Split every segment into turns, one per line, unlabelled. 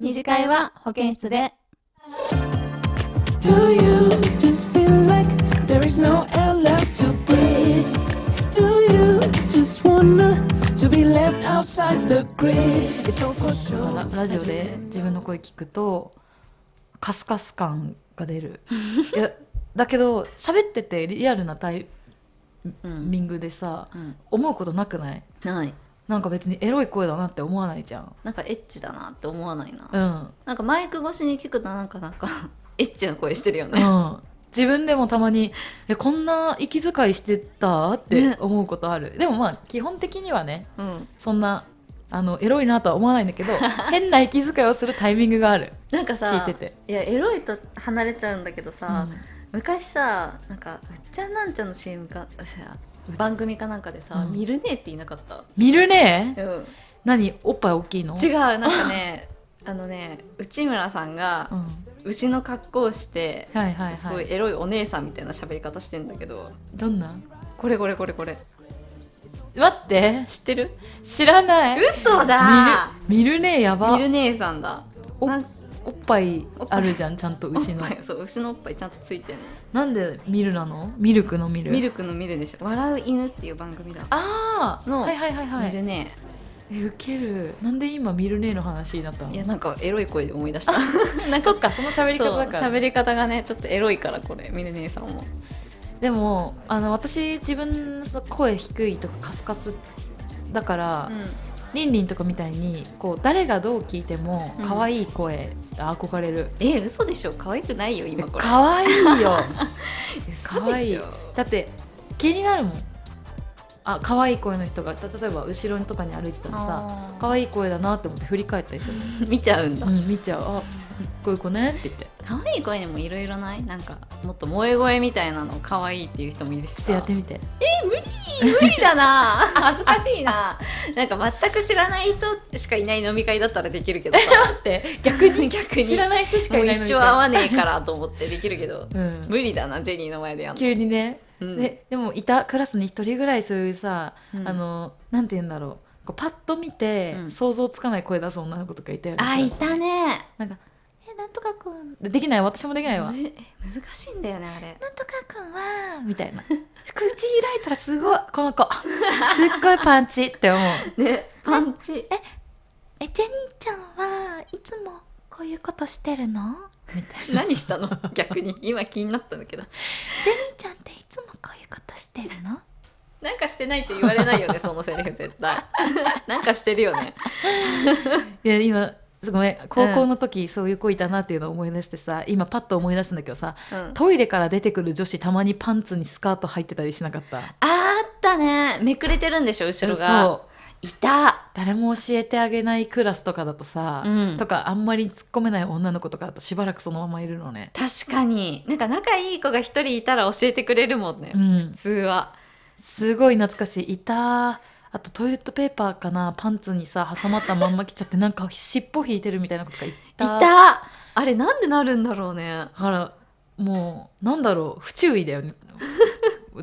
二次会は保健室で
Do you just feel like there is no air left to breathe? Do you just wanna to be left outside the grid? It's all for
ラ
sure.
ラジオで自分の声聞くとカスカス感が出るいやだけど喋っててリアルなタイ
うん、
ミングでさ
うん、
思うことなくない
ない
なんか別にエロい声だなって思わないじゃん
なんかエッチだなって思わないな、
うん
なんかマイク越しに聞くとなんかなんか エッチな声してるよ
う
ね、
ん自分でもたまにえこんな息遣いしてたって思うことある、でもまあ基本的にはね
うん、
そんなあのエロいなとは思わないんだけ ど変な息遣いをするタイミングがある
なんかさ
聞いてて
いやエロいと離れちゃうんだけどさ、
うん
昔さなんかうっちゃんなんちゃんの CM かあしゃ番組かなんかでさ「
うん
見るね」って言いなかった、
見るね
うん、
何おっぱい大きいの
違うなんかねあのね内村さんが
うん、
牛の格好をして、
はいはい
すご
はい
いエロいお姉さんみたいな喋り方してんだけど
どんな
これこれこれこれ
待って
知ってる
知らない
嘘だ
見る見るねやば
見る姉さんだ
お
なん
おっぱいあるじゃんちゃんと牛
お
の
っぱいそう牛のおっぱいちゃんとついてんの
なんでミルなのミルクのミル
ミルクの見るでしょ「笑う犬」っていう番組だ
ああ
の
はいはいはいはい
見るね
えウケるなんで今ミルネーの話になったの
いやなんかエロい声で思い出 した
そっかその喋り方
そう
だから
喋り方がねちょっとエロいからこれミル姉さんも
でもあの私自分の声低いとかカスカスだから、
う
リンリンとかみたいにこう誰がどう聞いても可愛い声、あ憧れる
んえ嘘でしょ可愛くないよ今これ
可愛 いよ
嘘でしょ
だって気になるもんあ可愛い声の人がた例えば後ろとかに歩いてたらさ
あー
可愛い声だなって思って振り返ったりするの、
見ちゃうんだ
うん、見ちゃうあこういう子ねって言って
可愛い声にもいろいろないなんかもっと萌え声みたいなの可愛いっていう人もいるし
ちょっとやってみて
無理だな 恥ずかしいななんか全く知らない人しかいない飲み会だったらできるけどさ
って逆に
逆に
知らない人しか
も
いうない
一
のに
生会わねえからと思ってできるけど
うん、
無理だなジェニーの前でやんの、
急にね、
うん
ででもいたクラスに一人ぐらいそういうさ、
うん
あのなんて言うんだろうこうパッと見て、
うん
想像つかない声出す女の子とかいたよね
あい
クラス
たね
なんか「えなんとかくん」でできない私もできないわ「
むえ難しいんだよねあれ
なんとかくんは」みたいな 口開いたらすごいこ の子すっごいパンチって思う
ねパンチ
「えジェニーちゃんはいつもこういうことしてるの?」みたいな
何した の逆に今気になったんだけど
「ジェニーちゃんっていつもこういうことしてるの?」
なんかしてないって言われな いよねそのセリフ絶対 なんかしてるよね
いや今ごめん高校の時、そういう子いたなっていうのを思い出してさ今パッと思い出すんだけどさ
うん
トイレから出てくる女子たまにパンツにスカート入ってたりしなかった
あったねめくれてるんでしょ後ろが
そう
いた
誰も教えてあげないクラスとかだとさ、
うん
とかあんまり突っ込めない女の子とかだとしばらくそのままいるのね、
確かになんか仲いい子が一人いたら教えてくれるもんね、
うん
普、通は
すごい懐かしいいたあとトイレットペーパーかなパンツにさ挟まったまんま来ちゃってなんか尻尾引いてるみたいなことがい
い
た
たあれなんでなるんだろうね
あらもうなんだろう不注意だよね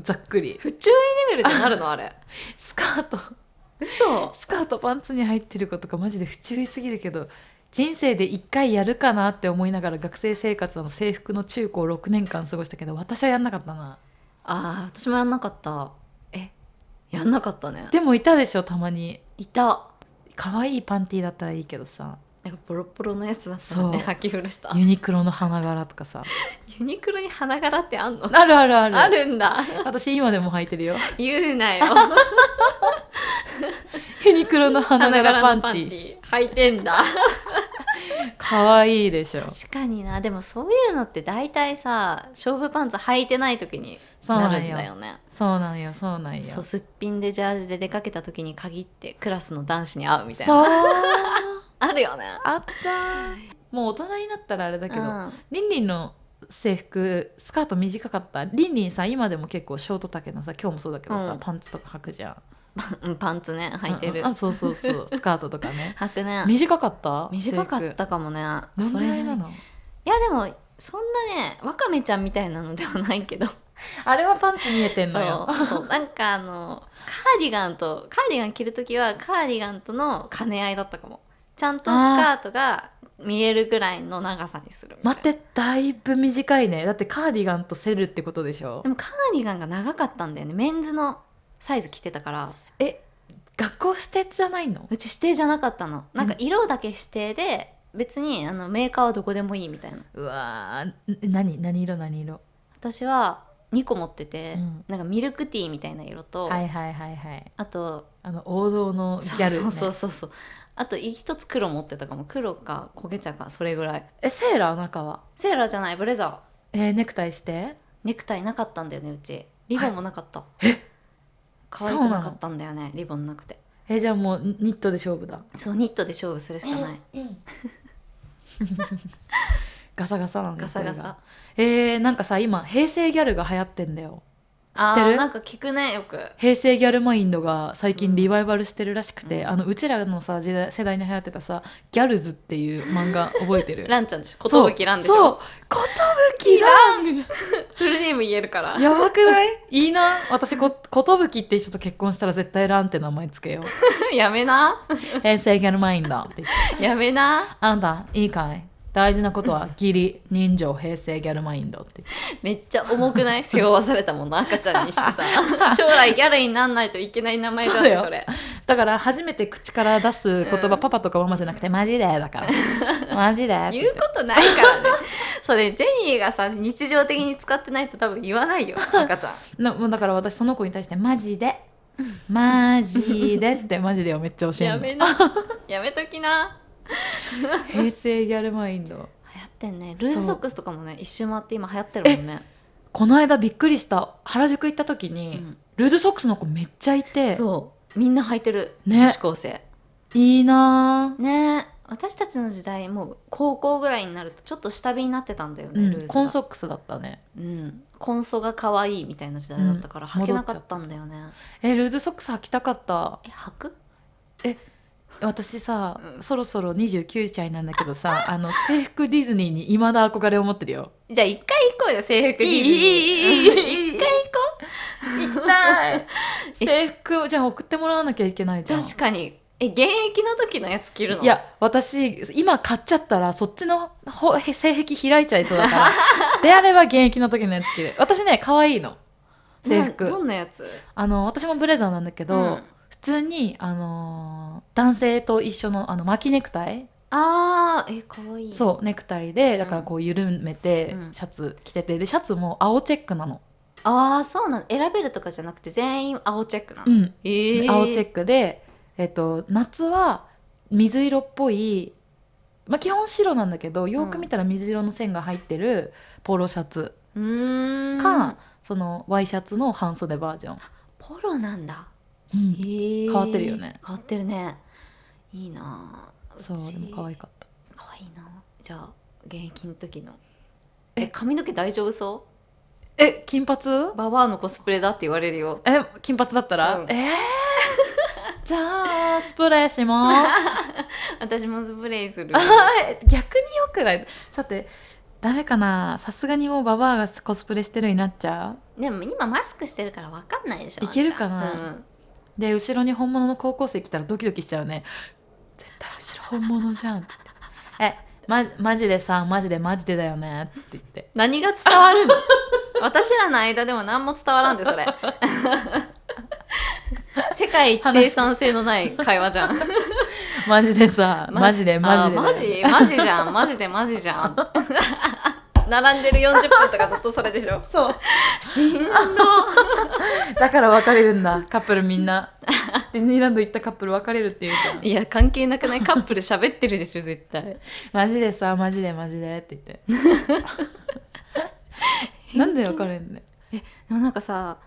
ざっくり
不注意レベルでなるのあれ
スカート
嘘
スカートパンツに入ってることかマジで不注意すぎるけど人生で一回やるかなって思いながら学生生活の制服の中高6年間過ごしたけど私はやんなかったな
ああ私もやんなかったえやんなかったね
でもいたでしょたまに
いた
可愛いパンティーだったらいいけどさ
なんかボロボロのやつだったのね
そう
履き古した
ユニクロの花柄とかさ
ユニクロに花柄ってあんの
あるあるある
あるんだ
私今でも履いて るよ
言うなよ
ユニクロの花
花
柄
柄
パ
の
ンテ
パンテ
ィー
ィー履いてんだ
可愛いでしょ
確かになでもそういうのって大体さ勝負パンツ履いてない時に
そう
な
な
る
ん
んだよ
よ
ね
そうなんよそうなんよ
そうすっぴんでジャージで出かけた時に限ってクラスの男子に会うみたいな
そう
あるよね
あ ったもう大人になったらあれだけど、
うん
リンリンの制服スカート短かったリンリンさ今でも結構ショート丈のさ今日もそうだけどさ、
うん
パンツとか履くじゃん
うんパンツね履いてる
うんあそうそうそう スカートとかね
履くね
短かった
短かっ
制
たかもね
服どんぐらいな
それ
の
いやでもそんなねわかめちゃんみたいなのではない けど
あれはパンツ見えてんのよ
そうそうなんかあのカーディガンとカーディガン着る時はカーディガンとの兼ね合いだったかもちゃんとスカートが見えるぐらいの長さにするみたいな
待ってだいぶ短いねだってカーディガンとセルってことでしょ
でもカーディガンが長かったんだよねメンズのサイズ着てたから
え学校指定じゃないの
うち指定じゃなかったのなんか色だけ指定で別にあのメーカーはどこでもいいみたいな
うわーん何何色何色
私は2個持ってて、
うん
なんかミルクティーみたいな色と、
はいはいはいはい
あと
あの王道のギ
そう
ャル、ね、
そうそうそうそうあと一つ黒持ってたかも黒か焦げ茶かそれぐらい
えセーラー中は
セーラーじゃないブレザー
えーネクタイして
ネクタイなかったんだよねうちリボンもなかった、可愛
そう
く
な
な
の
かったんだよねリボンなくて
えーじゃあもうニニットで勝負だ
そうニットで勝負するしかない、
ガサガサなんだ
ガサガサ
えー、なんかさ今平成ギャルが流行ってんだよ知
あ
って
ー
る
なんか聞くねよく
平成ギャルマインドが最
う
近
ん
リバイバルしてるらしくて、
うん
あのうちらのさ時代世代に流行ってたさ「ギャルズ」っていう漫画覚えて る
ランちゃんでしょ寿ランでし
そうそ
ょ
う寿ラン
フルネーム言えるから
やばくないいいな私こ寿って人と結婚したら絶対ランって名前つけよう
やめな
平成ギャルマインドって言って
やめな
あんたいいかい大事なことは義理人情平成ギャルマインドって
めっちゃ重くない背負わされたもの赤ちゃんにしてさ将来ギャルになんないといけない名前じゃん
そうだよ
それ
だから初めて口から出す言葉、
うん
パパとかママじゃなくてマジでだからマジでって
言
言っ
う
て
ことないからね それジェニーがさ日常的に使ってないと多分言わない よ赤ちゃん
なもうだから私その子に対してマジでマジでってマジでをめっちゃ教え
や
る
めな やめときな
平成ギャルマインド
流行ってんねルーズソックスとかもね一周回って今流行ってるもんね
この間びっくりした原宿行った時に、
うん
ルーズソックスの子めっちゃいて
そうみんな履いてる、
ね
女子高生
いいなぁ
ねえ私たちの時代もう高校ぐらいになるとちょっと下火になってたんだよね、ルー
う
ズ
ん、
が
コンソックスだったね
うん、コンソが可愛いみたいな時代だったから
うん
履けなかったんだよね、
えルーズソックス履きたかった
え履く
私さ、
うん
そろそろ29歳なんだけどさあの制服ディズニーにいまだ憧れを持ってるよ
じゃあ一回行こうよ制服
い
ディズニー
いいいいいいいいい
一回行こ
行きたい制服をじゃあ送ってもらわなきゃいけないうじゃん
確かにえ現役の時のやつ着るの
いや私今買っちゃったらそっちのほ 性癖開いちゃいそうだから であれば現役の時のやつ着る私ね可愛いの制
など
服
んなやつ
あの私もブレザーなんだけど、
うん
普通にあのー男性と一緒のあの巻きネクタイ
あーえ可愛い
そうネクタイでだからこう緩めて
うん
シャツ着ててでシャツも青チェックなの、
ああそうなの選べるとかじゃなくて全員青チェックな
う
の、
ん、
えー、
青チェ
ク
ックで、えっと、夏は水色っぽい、まあ、基本白なんだけどよく見たら水色の線が入ってるポロシャツ
うーん
か、そのワイシャツの半袖バージョン、
ポロなんだえ
変わってるよね
変わってるねいいなあ
そう
ち
でも可愛かった
可愛いなじゃあ現役の時のえ髪の毛大丈夫そ
え金髪
うババアのコスプレだって言われるよ
え金髪だったら、
うん
えー じゃあスプレーします
私もスプレーす る
え逆によくないさてダメかなさすがにもうババアがコスプレしてるになっちゃ
でも今マスクしてるからわかんないでしょ
いけるかな
あんちゃんうん
うで後ろに本物の高校生来たらドキドキしちゃうね絶対後ろ本物じゃんって言ってえま、マジでさマジでマジでだよねって言って
何が伝わるの 私らの間でも何も伝わらんでそれ 世界一生産性のない会話じゃん
マジでさマジでマジで
あ マジマジじゃんマジでマジじゃん 並んでる40分とかずっとそれでしょ そうしんど
だから別れるんだカップルみんなディズニーランド行ったカップル別れるっていうから
いや関係なくないカップル喋ってるでしょ絶対
マジでさマジでマジでって言って なんで別れんね
でもなんかさ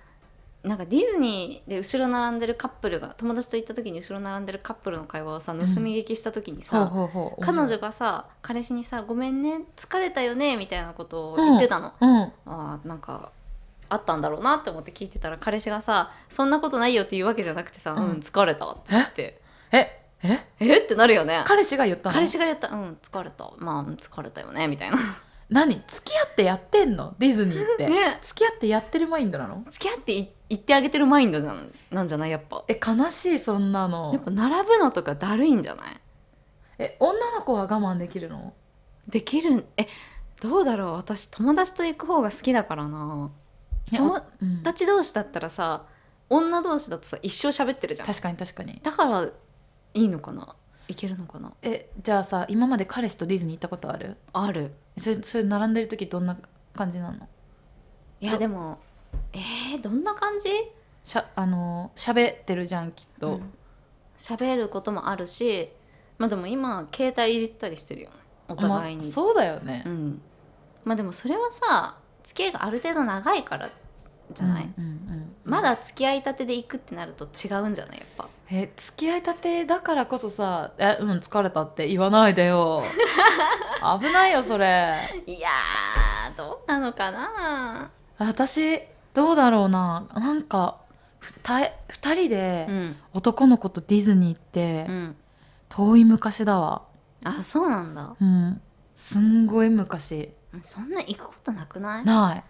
なんかディズニーで後ろ並んでるカップルが友達と行った時に後ろ並んでるカップルの会話をさ盗み聞きした時にさ、
ほうほ
彼女がさ彼氏にさ「ごめんね疲れたよね」みたいなことを言ってたの、
うん
あーなんかあったんだろうなって思って聞いてたら彼氏がさ「そんなことないよ」って言うわけじゃなくてさ
う
「うんん、疲れた」って言って
ええ
「えっ?」てなるよね
彼氏が言ったの
彼氏がやった「うん疲れたまあうん疲れたよね」みたいな
何付き合ってやってんのディズニーって、
ね
付き合ってやってるマインドなの
付き合ってい言ってあげてるマインドなんなんじゃないやっぱ
え悲しいそんな
やっ
の
ぱ並ぶのとかだるいんじゃない
え女の子は我慢できるの
できるんえどうだろう私友達と行く方が好きだからな
え
友
うん
達同士だったらさ女同士だとさ一生喋ってるじゃん
確かに確かに
だからいいのかないけるのかな
えじゃあさ今まで彼氏とディズニー行ったことある
ある
それそれ並んでる時どんな感じなの
いやでもえー、どんな感じ
しゃあのー喋ってるじゃんきっと、
うん喋ることもあるしまあでも今携帯いじったりしてるよねお
まあ
互いに、
そうだよね、
うんまあでもそれはさ付き合いがある程度長いからじゃない、
うんうんうん
まだ付き合いたてで行くってなると違うんじゃないやっぱ
え付き合いたてだからこそさ「えうん疲れた」って言わないで よ危ないよそれ
いやーどうなのかな
私どうだろうななんかふた2人で
うん
男の子とディズニーって
うん
遠い昔だわ
あそうなんだ
うんすんごい昔
そんな行くことなくない
ない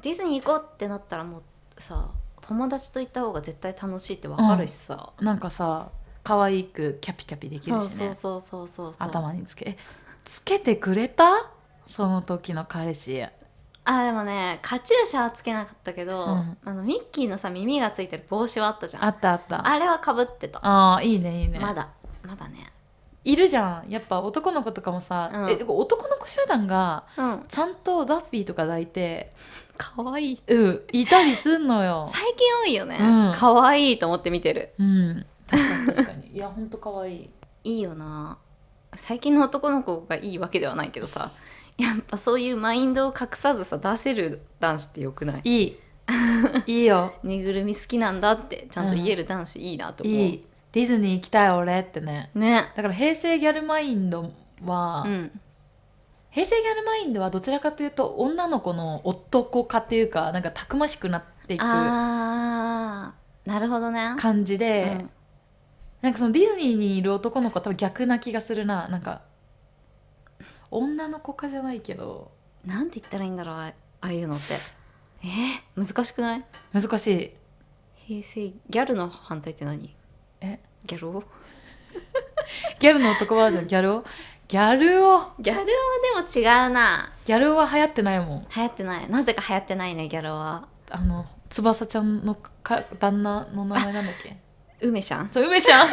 ディズニー行こうってなったらもうさ友達と行った方が絶対楽しいってわかるしさ、
なんかさ可愛くキャピキャピでき
そ
る
う
し
そう
ね
そうそうそうそう
頭につけえつけてくれたその時の彼氏
あでもねカチューシャはつけなかったけど、
うん
あのミッキーのさ耳がついてる帽子はあったじゃん
あ
あ
ったあった
れはかぶってた、
あーいいねいいね
まだまだね
いるじゃんやっぱ男の子とかもさ、
うん
えてか男の子集団が
うん
ちゃんとダッフィーとか抱いて
かわいい
うんいたりすんの よ、
最近多いよね、
うん
かわいいと思って見てる
うん、確かに確かにいやほんとかわいい
いいよな最近の男の子がいいわけではないけどさやっぱそういうマインドを隠さずさ出せる男子ってよくない
いいいいよ
ぬいぐるみ好きなんだってちゃんと言える男子いいなと思 う、
いいディズニー行きたい俺ってね
ね
だから平成ギャルマインドは、
うん
平成ギャルマインドはどちらかというと女の子の男化っていうかなんかたくましくなっていく
あーなるほどね
感じで、
うん
なんかそのディズニーにいる男の子は多分逆な気がするななんか女の子化じゃないけど
なんて言ったらいいんだろうあああいうのってえー、難しくない
難しい
平成ギャルの反対って何
え
ギャル男
ギャルの男バージョンギャル男ギャル男
ギャル男でも違うな
ギャル男は流行ってないもん
流行ってないなぜか流行ってないねギャル男は
あの翼ちゃんのか旦那の名前なんだっけ
梅ちゃん
そう梅ちゃん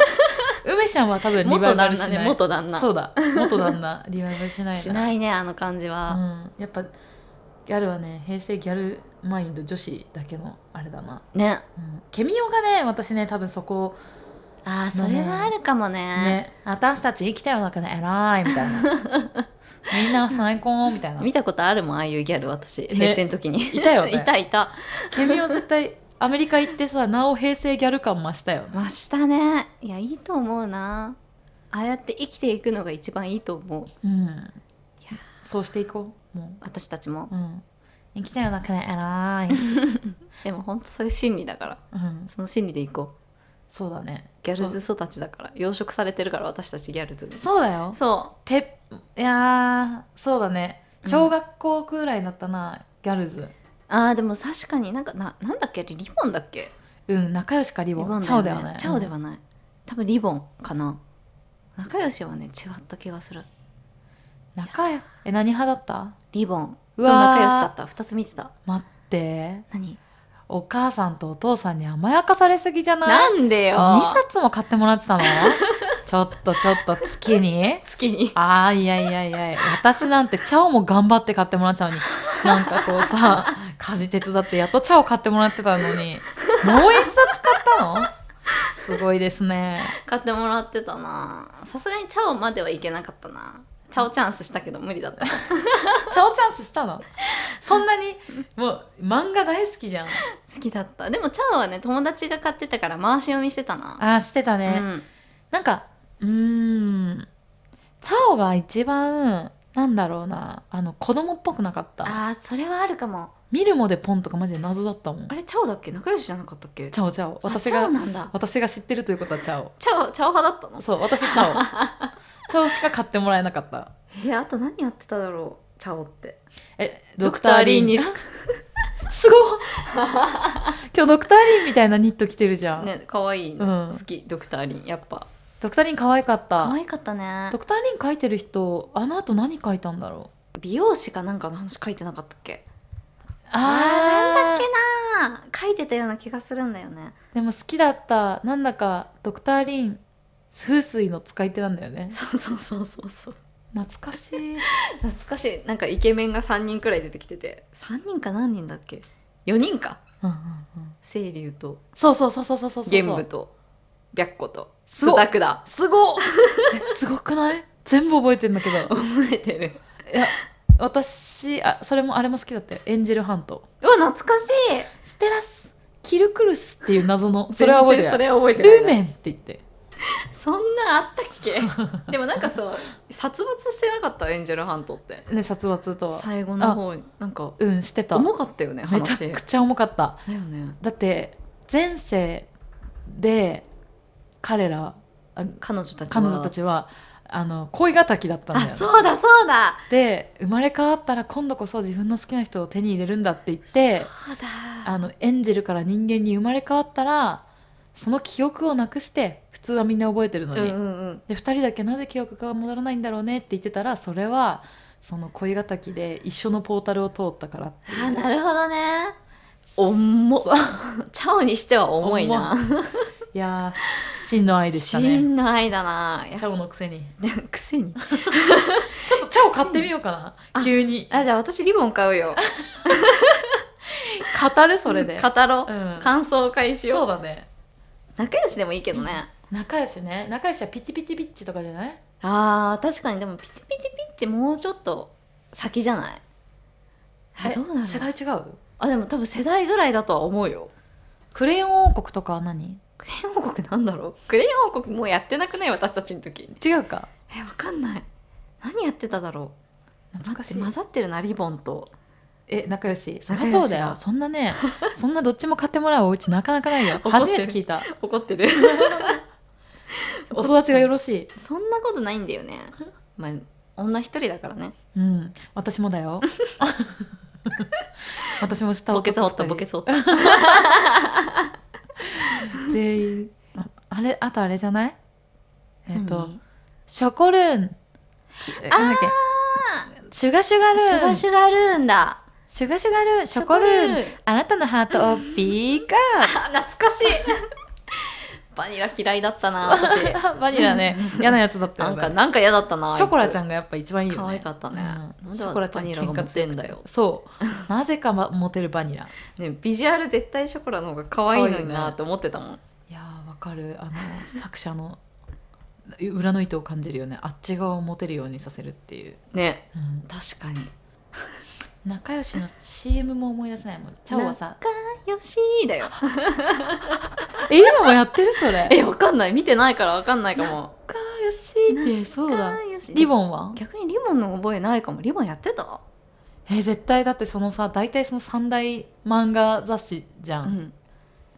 梅ちゃんは多分リバ
元
イバル
旦
し
那
ない
ね元旦那
そうだ元旦那リバイバルしない、
しないいねあの感じ
う
は、
ん、やっぱギャルはね平成ギャルマインド女子だけのあれだな、
ね
うん、ケミオがね私ね多分そこを
あーそれはあるかもね
ね、私たち生きてる中で偉いみ たいなみんな最高みたいな
見たことあるもんああいうギャル私、
ね
平成の時に
いたよね
いたいた
ケミオ絶対アメリカ行ってさなお平成ギャル感増したよね
ましたねいやいいと思うなああやって生きていくのが一番いいと思う
うんそうしていこうも
私たちも
う、うん、生きてる中で偉い、
でも本当そういう心理だから
うん、
その心理でいこう
そうだね
ギャルズ育ちだから養殖されてるから私たちギャルズに
そそうだよ
そ
ていやーそうだね
うん
小学校くらいだったな、ギャルズ
うあーでも確かになんかななんだっけリボンだっけ
うん仲良しかリ
リ
ボン
ボン
チャオだよね
チャオではない、多分リボンかな仲良しはね違った気がする
うん仲良え何派だった
リボン
う
と
わー
仲良しだった2つ見てた
待って
何
お母さんとお父さんに甘やかされすぎじゃない
なんでよ
2冊も買ってもらってたの ちょっとちょっと月に
月に
ああいやいやいや私なんてチャオも頑張って買ってもらっちゃうのになんかこうさ家事手伝ってやっとチャオ買ってもらってたのにもう一冊買ったのすごいですね
買ってもらってたなさすがにチャオまではいけなかったなチャオチャンスしたけど無理だった
チャオチャンスしたのそんなにもう漫画大好きじゃん
好きだったでもチャオはね友達が買ってたから回し読みしてたな
ああしてたね、
うん
なんかうーんチャオが一番なんだろうなあの子供っぽくなかった
あーそれはあるかも
見るもでポンとかマジで謎だったもん
あれチャオだっけ仲良しじゃなかったっけ
チャオチャオ私
あチャ
が
オなんだ
私が知ってるということはチャオ
チャオチャオ派だったの
そう私チ ャオチャオしか買ってもらえなかった
えーあと何やってただろうチャオって
え
ドクターリンに
すごい今日ドクターリンみたいなニット着てるじゃん、
ね可愛い
うん
好きドクターリンやっぱ
ドクターリン可愛かった
可愛かったね
ドクターリン書いてる人あの後何書いたんだろう
美容師かなんかの話書いてなかったっけ
あー
あーなんだっけなー書いてたような気がするんだよね
でも好きだったなんだかドクターリン風水の使い手なんだよね
そうそうそうそうそう
懐かしい
懐かしいなんかイケメンが3人くらい出てきてて3人か何人だっけ4人か
うんうん、うん、
清流と
そうそうそうそうそうそうそう
玄武と白虎と
すご
朱
っ
雀だ
すごっえすごくない全部覚えてんだけど
覚えてる
私あそれもあれも好きだったよエンジェルハント
うわ懐かしい
ステラスキルクルスっていう謎 のそれは覚えて
全然そ
る
れは覚えてない
ルーメンって言って
そんなんあったっけでもなんかさ殺伐してなかったエンジェルハントって
ね殺伐とは
最後の方なんか
うんしてため
重かったよね話
ちゃくちゃ重かった
だよね
だって前世で彼らあ
彼女たちは
彼女たちはあの恋敵だったん
あ
だよ
そうだそうだ
で生まれ変わったら今度こそ自分の好きな人を手に入れるんだって言って
そうだ
あのエンジェルから人間に生まれ変わったらその記憶をなくして普通はみんな覚えてるの
うん
に、
うんうん
で2人だけなぜ記憶が戻らないんだろうねって言ってたらそれはその恋敵で一緒のポータルを通ったからっていう
あなるほどね重っ チャオにしては重いない
やー真の愛でしたね
真の愛だな
チャオのくせに
いやくせに
ちょっとチャオ買ってみようかな急に
あじゃあ私リボン買うよ
語るそれで、
語ろ
う
う、
ん、
感想会しよ
そう
う
だね
仲良しでもいいけどね、
仲良しね仲良しはピチピチビッチとかじゃない
あー確かにでもピチピチピッチもうちょっと先じゃないあ
え
どうなの
世代違う
あでも多分世代ぐらいだとは思うよ
クレヨン王国とかは何
クレヨン王国なんだろうクレヨン王国もうやってなくない私たちの時
違うか
えわかんない何やってただろう
懐
待
か
っ
してい
混ざってるなリボンと
え仲良しそりゃ
仲良し
そうだよそんな ねそんなどっちも買ってもらうお家なかなかないよ
怒ってる
初めて聞いた
怒ってる
お育ちがよろしい
そんなことないんだ よねまあ女一人だからね
うん私もだ よ私も下
ボケそう
男
ったボケ
二人
そうった
全員ああれあとあれじゃないえっ、と
何
ショコルーンきなんだっけシュガシュガル
シュ
ー
ガ
ンシ
シュガルーンだ
ュガシュガルーンショコルーン
ン
あなたのハートをピーカ
あ懐かしい バニラ嫌いだったな私
ーバニラね嫌なやつだった
な
よ
ん
ね
かなんか嫌だったな
ショコラち
ゃん
ゃんがやっぱ一番いいよね
可愛かったね
うん
なんで
ショコラちゃん
バニラがモテんだよ
そうなぜかまモテるバニラ
ねビジュアル絶対ショコラの方が可愛いのに
可愛い
な
ね
って思ってたもん、
いやーわか るあの作者の裏の意図を感じるよねあっち側をモテるようにさせるっていう、
ね
うん
確かに
仲良しの CM も思い出せないもんチャオはさ
仲良しだよ
え今もやってるそれ
えわかんない見てないからわかんないかも
仲良しってそうだ
仲良し
リボンは
逆にリボンの覚えないかもリボンやってた
え絶対だってそのさ大体その三大漫画雑誌じゃ、
うんん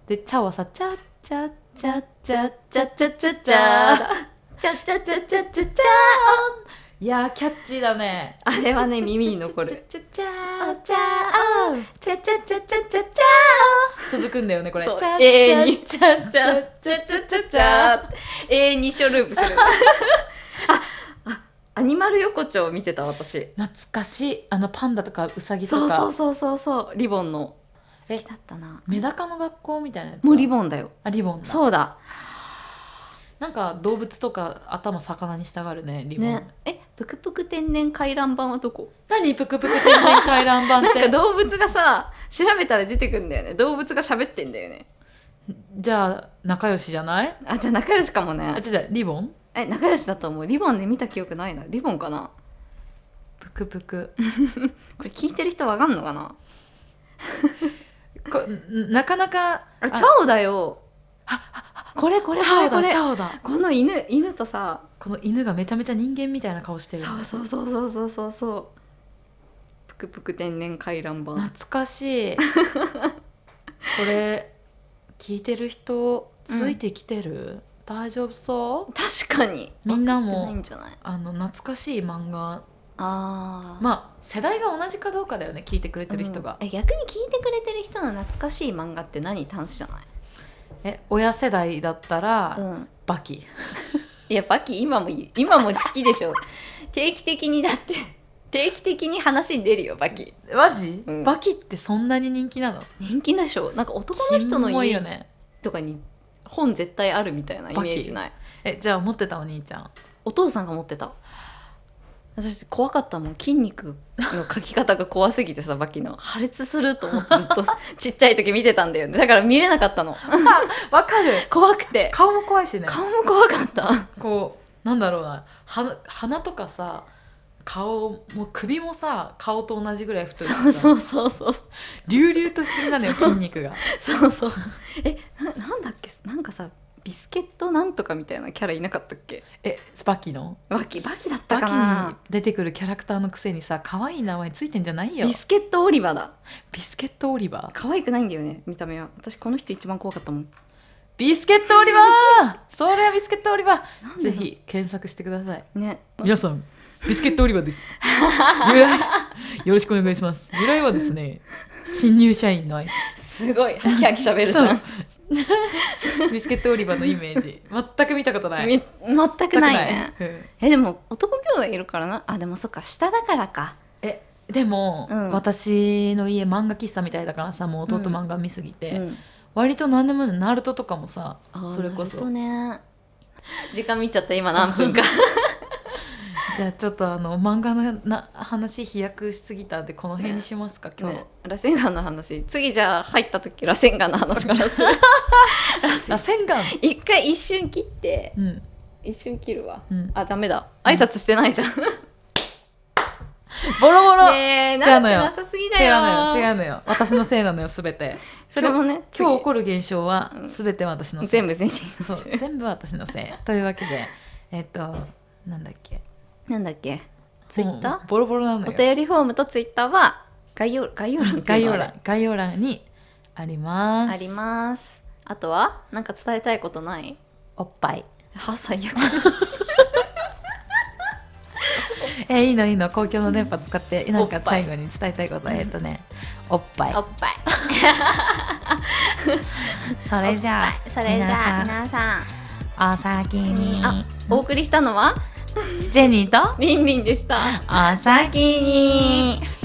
でチャオはさチャッチャッチ
チャ
ャ
ッ
ッ
チャッチャッチャッチャッチ
チ
ャ
ャ
ーチャッチャッチャッチャッチャッチャー
いやーキャッチーだね
あれはね耳に残る
チャッチャッ
お
チャッチャッチャッ
茶をチャッチャッチャッチャッチャッチャー
続くんだよねこれ
そう
チャッ
永遠に
チャッチ
チ
ャ
ャ
ッ
ッチャッチャッチャッチャー永遠に一生ループするああアニマル横丁見てた私
懐かしいあのパンダとかウサギ
そ
と
う
か
そうそうそうそうリボンの好
え
きだったな
メダカの学校みたいなやつ
もうリ
ン
ボンだよ
あリボンだ
そうだ
なんか動物とか頭魚にしたがるねリボン、
ねえぷくぷく天然回覧板はどこ
何プクプク天然回覧板っ
なんか
て
動物がさ調べたら出てくんだよね動物が喋ってんだよね
じゃあ仲良しじゃない
あじゃあ仲良しかも
あ
ね
違う違うリボン
え仲良しだと思うリボンで見た記憶ないなリボンかな
プクプク
これ聞いてる人わかんのかな
こんなかなか
あチャ
あ
オだよこれこれ
チ
こ
ャ
れ
オ
こ
だ
れ
チャオだ
この犬犬とさ
この犬がめちゃめちゃ人間みたいな顔してる
そうそうそうそうそうそうそうぷくぷく天然回覧板
懐かし いこれ聞いてる人ついてきてる、大丈夫そう
確かに
みんな
わかってない
も
んじゃない
あの懐かしい漫画
あー
まあ世代が同じかどうかだよね聞いてくれてる人が、
うんえ逆に聞いてくれてる人の懐かしい漫画って何端子じゃない
え親世代だったら、
うん
バキ
いやバキ今もいい今も好きでしょ定期的にだって定期的に話に出るよバキ
マジ、
うん
バキってそんなに人気なの
人気でしょなんか男の人の
キモいよ
家
ね
とかに本絶対あるみたいなイメージない
えじゃあ持ってたお兄ちゃん
お父さんが持ってた私怖かったもん筋肉の描き方が怖すぎてさバキの破裂すると思ってず っとちっちゃい時見てたんだよねだから見れなかったの
わかる
怖くて
顔も怖いしね
顔も怖かった
こうなんだろうな鼻鼻とかさ顔も首もさ顔と同じぐらい太い
そうそううそうそう
隆々としすぎなのよ
そう
筋肉が
そうそうえななんだっけなんかさビスケットなんとかみたいなキャラいなかったっけ
えバキの
バキバキだった
バ
か
キに
な
出てくるキャラクターのくせにさ可愛い名前ついてんじゃないよ
ビスケットオリバーだ
ビスケットオリバー
可愛くないんだよね見た目は私この人一番怖かったもん
ビスケットオリバーそれはビスケットオリバ
なん
ーぜ
でだ
ひ検索してください
ね
皆さんビスケットオリバーです 由来よろしくお願いします由来はですね新入社員の挨拶
すごいハキハキ喋るじゃん
そう ビスケットオリバーのイメージ全く見たことない
み全くない
全
ね
くないうん
えでも男兄弟いるからなあでもそっか下だからか
えでも、
うん
私の家漫画喫茶みたいだからさもう弟
うん
漫画見すぎて、
うん
割と何でもないナルトとかもさ
あー
それこそ、
なるほどね時間見ちゃった今何分か
じゃあちょっとあの漫画のな話飛躍しすぎたんでこの辺にしますか、今日、
ね螺旋丸の話次じゃあ入った時螺旋丸の話からする
あ洗顔
一回一瞬切って
うん
一瞬切るわ、
うん
あダメだ挨拶してないじゃんね
ボロボロ、
え
違う
なん
の
て
よ
なさすぎだ
違う
よ
のよ違うのよ私のせいなのよすべて
それもね
今日起
次
こる現象は
うん
すべて私のせい
全部全部
そう全部私のせい というわけでえっ、となんだっけ
なんだっけツイッ
も
タ
うボロボロなの
ーお
よ
便りフォームとツイッターは概要概要欄って
概
いうの
要
あれ
欄概要欄にあります
ありますあとはなんか伝えたいことない
おっぱい
あ最 悪
えーいいのいいの公共の電波使って、
ん
なんか
おっぱ
最
い
後に伝えたいことえっとねおっぱい
おっぱい
それじゃあ
それじゃ
皆
あ皆さん
さんお先に
あお送りしたのは
ジェニーと
リンリンでした
お先
先に